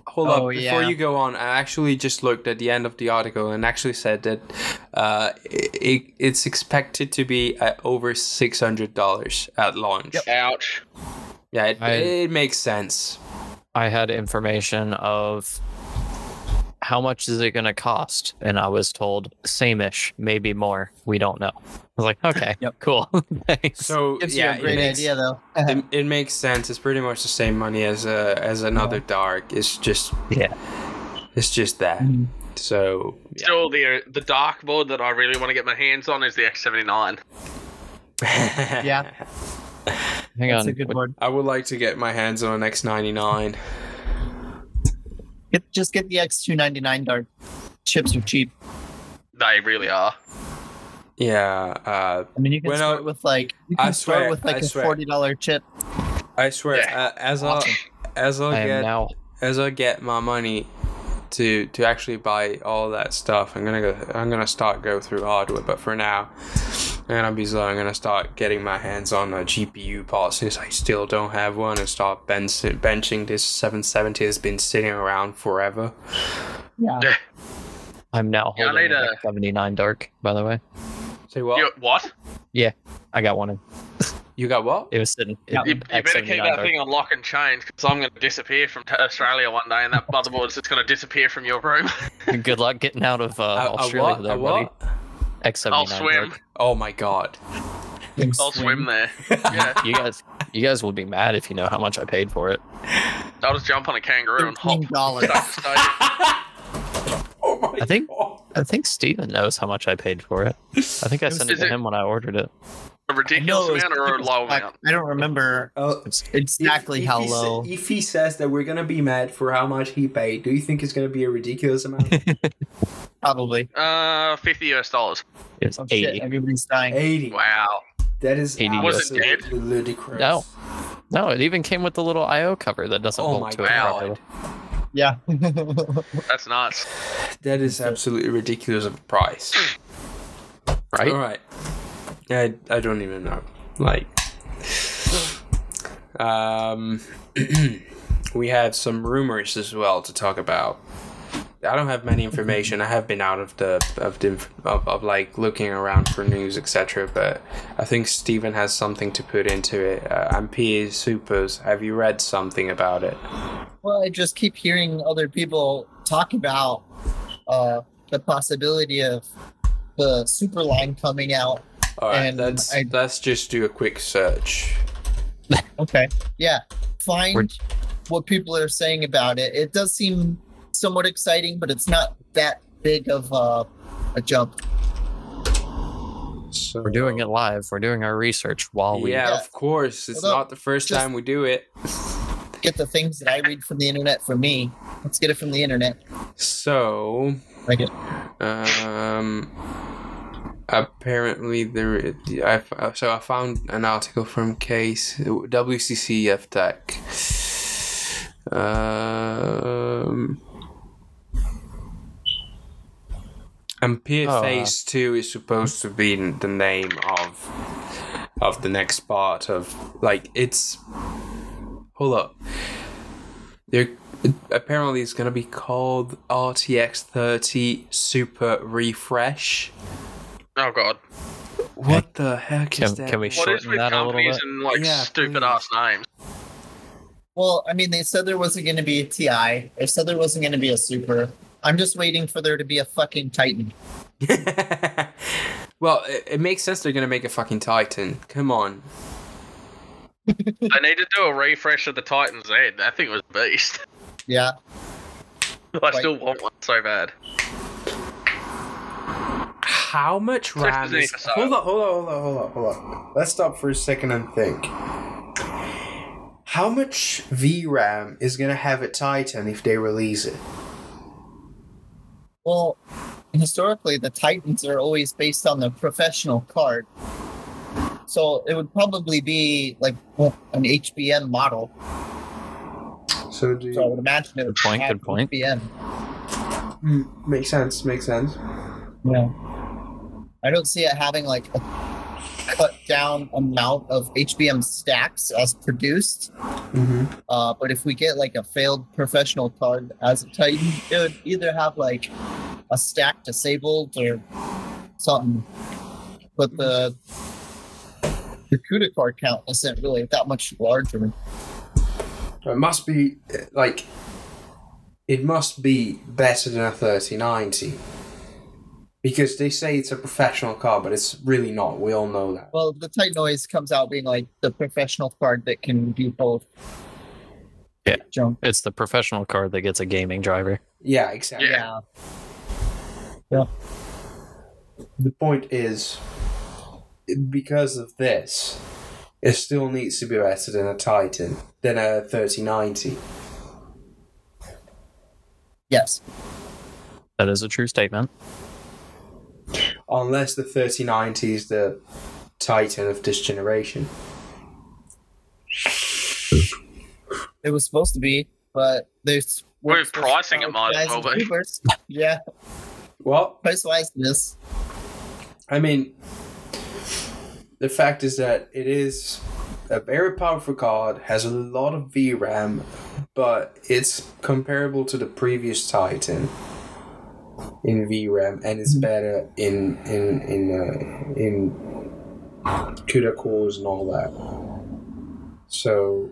A: hold
E: Oh,
A: up. Before
E: yeah.
A: you go on, I actually just looked at the end of the article and actually said that uh, it, it's expected to be at over six hundred dollars at launch.
B: Ouch.
A: Yeah, it,
D: I-
A: it makes sense.
D: I had information of how much is it going to cost, and I was told same-ish, maybe more. We don't know. I was like, okay,
E: Yep.
D: cool, thanks.
A: So
C: Gives
A: yeah,
C: you a great
A: it makes,
C: idea though.
A: It, it makes sense. It's pretty much the same money as a as another dark. It's just
D: Yeah.
A: it's just that. So yeah.
B: Still, the uh, the dark board that I really want to get my hands on is the X79.
C: Yeah.
D: Hang
E: That's
D: on,
E: a good
D: what-
E: word.
A: I would like to get my hands on an X ninety nine.
C: Get, just get the X299 dart. Chips are cheap.
B: They really are.
A: Yeah, uh,
C: I mean, you can
A: When I-
C: start with like you can
A: I
C: start
A: swear,
C: with like
A: I
C: a
A: swear.
C: forty dollar chip.
A: I swear.
B: Yeah.
A: Uh, as I
E: Awesome.
A: as I
D: I
A: get
D: am now.
A: as I get my money to to actually buy all that stuff, I'm gonna go. I'm gonna start go through hardware. But for now, I'm gonna be slow. I'm gonna start getting my hands on a GPU part since I still don't have one, and start bench, benching this 770 that's been sitting around forever.
E: Yeah.
D: I'm now
B: Yeah, I
D: holding
B: need a-
D: an X79 Dark. By the way,
A: Say what?
B: You, what?
D: I got one. In.
A: You got what?
D: It was sitting.
E: Yeah.
B: You, you better keep that thing on lock and chain, because I'm going to disappear from t- Australia one day, and that motherboard's just going to disappear from your room.
D: thing. Good luck getting out of uh,
A: A- a
D: Australia,
A: what?
D: there,
A: A
D: buddy.
A: what?
D: X79
B: I'll swim.
D: Dark.
A: Oh my god!
B: I'll swim there. Yeah,
D: You guys, you guys will be mad if you know how much I paid for it.
B: I'll just jump on a kangaroo and hop.
C: Thirteen dollars.
B: So,
A: Oh my
D: I think-
A: God.
D: I think Steven knows how much I paid for it. I think I sent it
B: Is
D: to
B: it-
D: him when I ordered it.
B: a ridiculous amount or a low
C: I,
B: amount?
C: I don't remember
A: Uh,
C: exactly
A: If- if
C: how
A: he sa-
C: low.
A: if he says that we're gonna be mad for how much he paid, do you think it's gonna be a ridiculous amount?
C: Probably.
B: Uh, 50 US dollars.
D: It was
C: Oh
D: eighty.
C: shit! Everybody's dying.
A: Eighty.
B: Wow.
A: That is
D: 80
B: Was it dead?
A: absolutely ludicrous.
D: No. No, it even came with the little IO cover that doesn't
A: Oh my
D: bolt to it
B: God.
D: properly.
C: Yeah.
B: That's nuts.
A: That is absolutely ridiculous of a price.
D: Right?
A: All right. I I don't even know. Like, um, we have some rumors as well to talk about. I don't have many information. I have been out of the of the of, of like looking around for news, etc. But I think Stephen has something to put into it. Uh, I'm PA Supers. Have you read something about it?
C: Well, I just keep hearing other people talk about uh, the possibility of the super line coming out.
A: All right,
C: And
A: let's
C: I-
A: let's just do a quick search.
C: Okay. Yeah. Find
D: We're-
C: what people are saying about it. It does seem somewhat exciting, but it's not that big of a, a jump.
A: So,
D: We're doing it live. We're doing our research while we.
A: yeah,
C: Yeah.
A: of course. It's
C: Although,
A: not the first
C: just-
A: time we do it.
C: Get the things that I read from the internet for me. Let's get it from the internet.
A: So,
C: Like it.
A: um, apparently there. I f- uh, so I found an article from Case WCCF Tech. Um, and
D: Oh,
A: Pier
D: uh,
A: Phase Two is supposed to be n- the name of of the next part of like it's. Hold up. There apparently it's going to be called RTX 30 Super Refresh.
B: Oh god.
A: What the heck is
D: Can-
A: that?
D: can we
B: What is
D: Shorten
B: with
D: that a little
B: companies
D: bit.
B: and like
A: Yeah,
B: stupid
A: please.
B: ass names?
C: Well, I mean, they said there wasn't going to be a TI. They said there wasn't going to be a super. I'm just waiting for there to be a fucking Titan.
A: well, it, it makes sense they're going to make a fucking Titan. Come on.
B: They need to do a refresh of the Titans Ed. That thing was a beast.
C: Yeah.
B: I still want one so bad.
A: How much
B: Just
A: RAM
B: as an
A: is.
B: aside.
A: Hold up, hold up, hold up, hold up, hold up. Let's stop for a second and think. How much VRAM is going to have a Titan if they release it?
C: Well, historically, the Titans are always based on the professional card. So it would probably be like well, an HBM model.
A: So do
C: So I would imagine it would
D: Good point,
C: have
D: good point.
C: HBM.
A: Mm, Makes sense, makes sense.
C: Yeah. I don't see it having like a cut down amount of HBM stacks as produced.
A: Mm-hmm.
C: Uh, but if we get like a failed professional card as a Titan, it would either have like a stack disabled or something. But the the CUDA card count isn't really that much larger.
A: It must be uh, like it must be better than a thirty ninety. Because they say it's a professional car, but it's really not. We all know that.
C: Well, the Titan always comes out being like the professional card that can do both.
D: Yeah.
C: Jump.
D: It's the professional card that gets a gaming driver.
A: Yeah, exactly.
B: Yeah.
C: Yeah.
A: The point is because of this, it still needs to be better than a Titan, than a thirty ninety.
C: Yes.
D: That is a true statement.
A: Unless the thirty ninety is the Titan of this generation.
C: It was supposed to be, but there's
B: We're
C: supposed to
B: pricing it might as well
C: prioritize
B: be.
C: Ubers. yeah,
A: What?
C: price wiseness.
A: I mean, the fact is that it is a very powerful card, has a lot of VRAM, but it's comparable to the previous Titan in VRAM, and it's better in in in uh, in CUDA cores and all that. So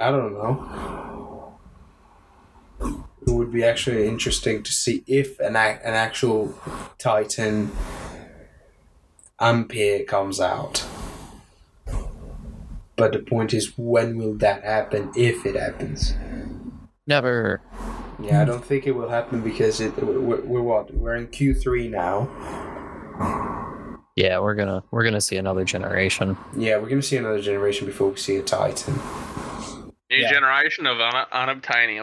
A: I don't know. It would be actually interesting to see if an ac- an actual Titan Ampere comes out. But the point is, when will that happen? If it happens,
D: Never.
A: yeah, I don't think it will happen because it we're, we're what we're in Q three now.
D: Yeah, we're gonna we're gonna see another generation.
A: Yeah, we're gonna see another generation before we see a Titan.
B: New
C: Yeah.
B: generation of un- unobtainium.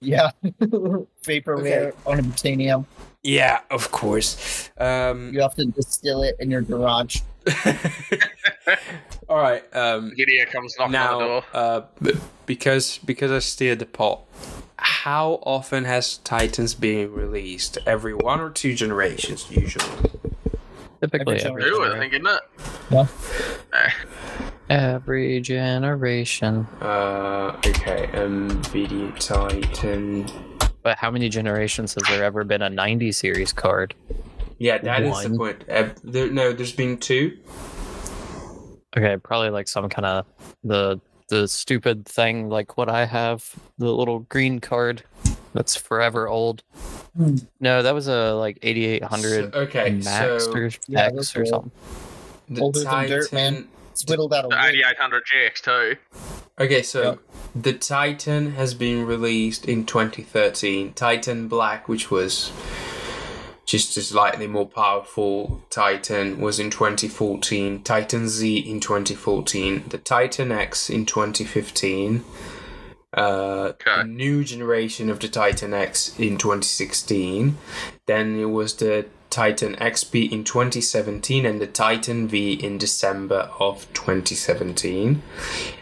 C: Yeah, vaporware on obtainium.
A: Yeah, of course. Um,
C: You have to distill it in your garage.
A: all right. Um,
B: Gidea comes knocking
A: now
B: on the door.
A: uh, b- because because I steered the pot. How often has Titans been released? Every one or two generations, usually.
D: Typically,
C: Every
D: every
B: Two, I
D: gener-
B: think, isn't it?
C: Yeah.
B: Eh.
D: Every generation.
A: Uh, okay, NVIDIA Titan.
D: But how many generations has there ever been a 90 series card?
A: Yeah, that is the
D: One.
A: point. Uh, there, no, there's been two.
D: Okay, probably like some kind of the the stupid thing like what I have, the little green card that's forever old.
E: Hmm.
D: No, that was a like 8800
A: So- okay,
D: max
A: so
D: or
C: Yeah,
D: X
C: that's
D: or
C: old.
D: something.
A: the
C: Older than
A: Titan.
C: dirt, man. It's whittled out a
B: The
C: little.
B: 8800 GX2.
A: Okay, so the Titan has been released in 2013. Titan Black, which was just a slightly more powerful Titan, was in 2014. Titan Z in 2014. The Titan X in 2015. Uh,
B: Okay.
A: The new generation of the Titan X in 2016. Then it was the Titan XP in 2017 and the Titan V in December of 2017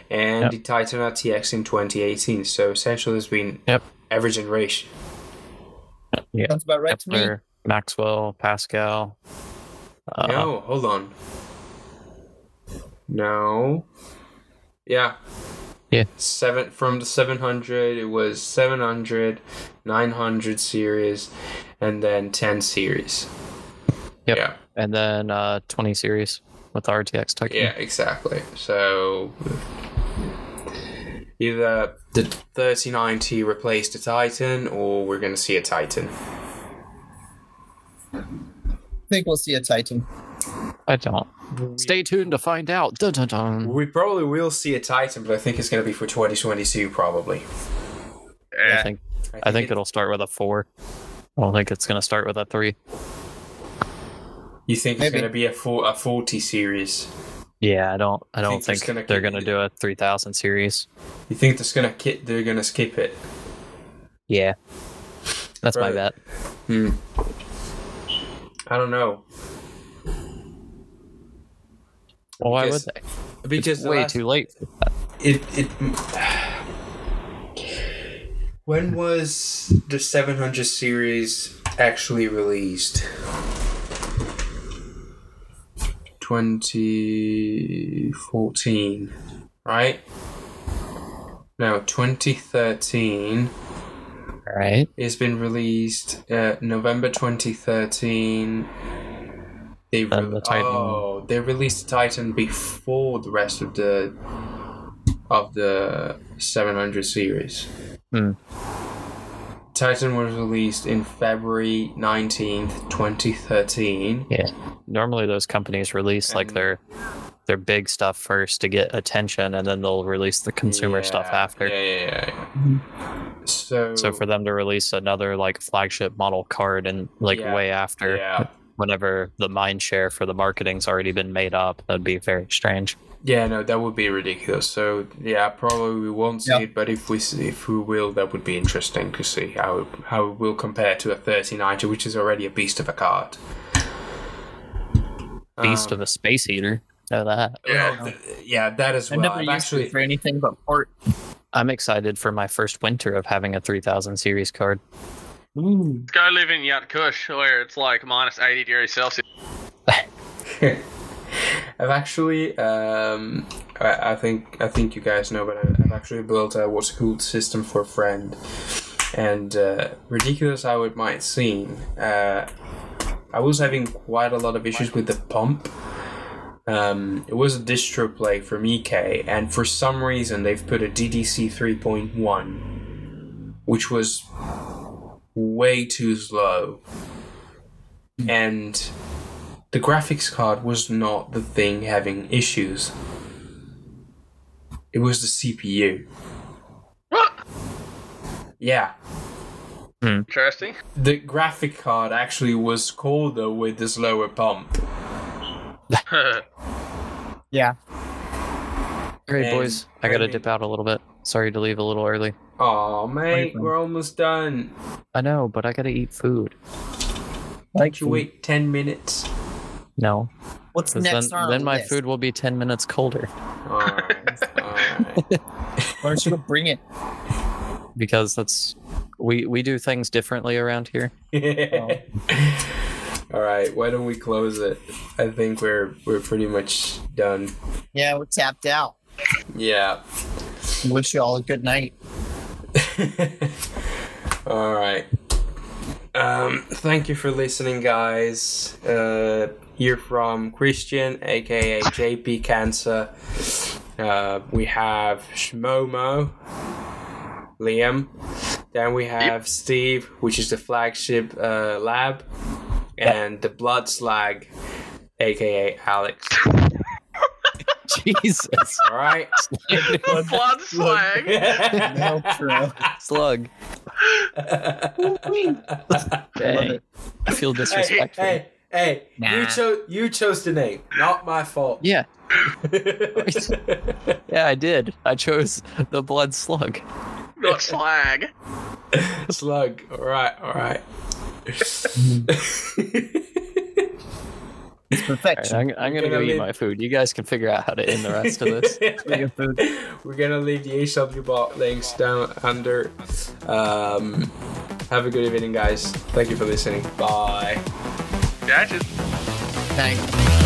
A: and
D: Yep.
A: the Titan RTX in 2018. So essentially, there's been
D: Yep.
A: every generation.
C: Sounds about right to me.
D: Kepler, Maxwell, Pascal. Uh,
A: no, hold on. No. Yeah.
D: Yeah.
A: Seven from the 700, it was 700, 900 series, and then 10 series.
D: Yep.
A: Yeah.
D: And then uh, 20 series with the RTX tech.
A: Yeah, exactly. So either the 3090 replaced a Titan, or we're going to see a Titan.
C: I think we'll see a Titan.
D: I don't. Stay tuned to find out. Dun, dun, dun.
A: We probably will see a Titan, but I think it's going to be for 2022, probably.
D: I
B: Yeah.
D: think I think it'll start with a four. I don't think it's gonna start with a three.
A: You think it's
C: Maybe.
A: going to be a four, a 40 series?
D: Yeah, I don't. I don't
A: think there's
D: think,
A: gonna
D: they're
A: keep-
D: gonna do a three thousand series.
A: You think that's going to ki- they're going to skip it?
D: Yeah, that's my
A: Right.
D: bet.
A: Hmm. I don't know
D: Well, why would
A: Because
D: they?
A: because the
D: Way
A: last-
D: too late.
A: it it. When was the 700 series actually released? 2014, right? No, 2013.
D: All right.
A: It's been released uh, November 2013. They re-
D: And the Titan-
A: Oh, they released Titan before the rest of the of the 700 series.
D: Hmm.
A: Titan was released in February 19th, 2013.
D: Normally, those companies release like
A: And-
D: their their big stuff first to get attention, and then they'll release the consumer stuff
A: Yeah,
D: after. Mm-hmm.
A: Yeah, yeah, yeah. So,
D: So for them to release another like flagship model card and like
A: Yeah.
D: way after,
A: yeah.
D: whenever the mind share for the marketing's already been made up, that'd be very strange.
A: Yeah, no, that would be ridiculous. So yeah, probably we won't see
C: Yeah.
A: it, but if we s- if we will, that would be interesting to see how it, how it will compare to a thirty ninety, which is already a beast of a card.
D: Beast
A: Um,
D: of a space eater. Know that.
A: yeah, th- yeah, that as
E: I
A: well.
E: never
A: I've
E: used
A: actually
E: it for anything but art.
D: I'm excited for my first winter of having a 3000 series card.
E: Ooh.
B: Go live in Yat Kush where it's like minus 80 degrees Celsius.
A: I've actually, um, I, I think, I think you guys know, but I, I've actually built a what's called system for a friend, and uh, ridiculous how it might seem, uh, I was having quite a lot of issues with the pump. Um, it was a distro play from EK, and for some reason they've put a DDC 3.1, which was way too slow, and the graphics card was not the thing having issues. It was the CPU.
B: What?
A: Yeah.
B: Interesting.
A: The graphic card actually was colder with this lower pump.
E: Yeah.
D: All right,
A: And
D: boys, I gotta
A: maybe-
D: dip out a little bit. Sorry to leave a little early.
A: Aw, mate,
E: Playful.
A: we're almost done.
D: I know, but I gotta eat food.
E: Like
A: Did you wait 10 minutes?
D: No,
C: What's
D: 'cause
C: next
D: then,
C: on
D: then
C: the
D: my
C: list?
D: food will be 10 minutes colder
A: Alright, alright.
E: Why don't you go bring it?
D: because that's we we do things differently around here.
A: Alright, All right, why don't we close it? I think we're we're pretty much done.
C: Yeah, we're tapped out.
A: Yeah.
C: Wish you all a good night.
A: All right. Um, thank you for listening, guys. Uh, you're from Christian, aka JP Cancer. Uh, we have Shmomo, Liam. Then we have Steve, which is the flagship uh, lab, and the Blood Slag, aka Alex.
D: Jesus.
A: All right.
B: Blood slag.
E: No, true.
D: Slug. Dang. I feel
A: hey,
D: disrespectful.
A: hey, hey! You chose you chose the name, not my fault.
D: Yeah. Yeah, I did. I chose the blood slug.
B: Not slag.
A: Slug. All right, all right.
E: It's
D: All right,
E: perfection.
D: I'm, I'm
A: Gonna
D: gonna go eat
A: leave-
D: my food. You guys can figure out how to end the rest of this.
E: Speaking of food,
A: We're gonna leave the HW bot links down under. Um, have a good evening, guys. Thank you for listening. Bye.
B: That's just
C: Night.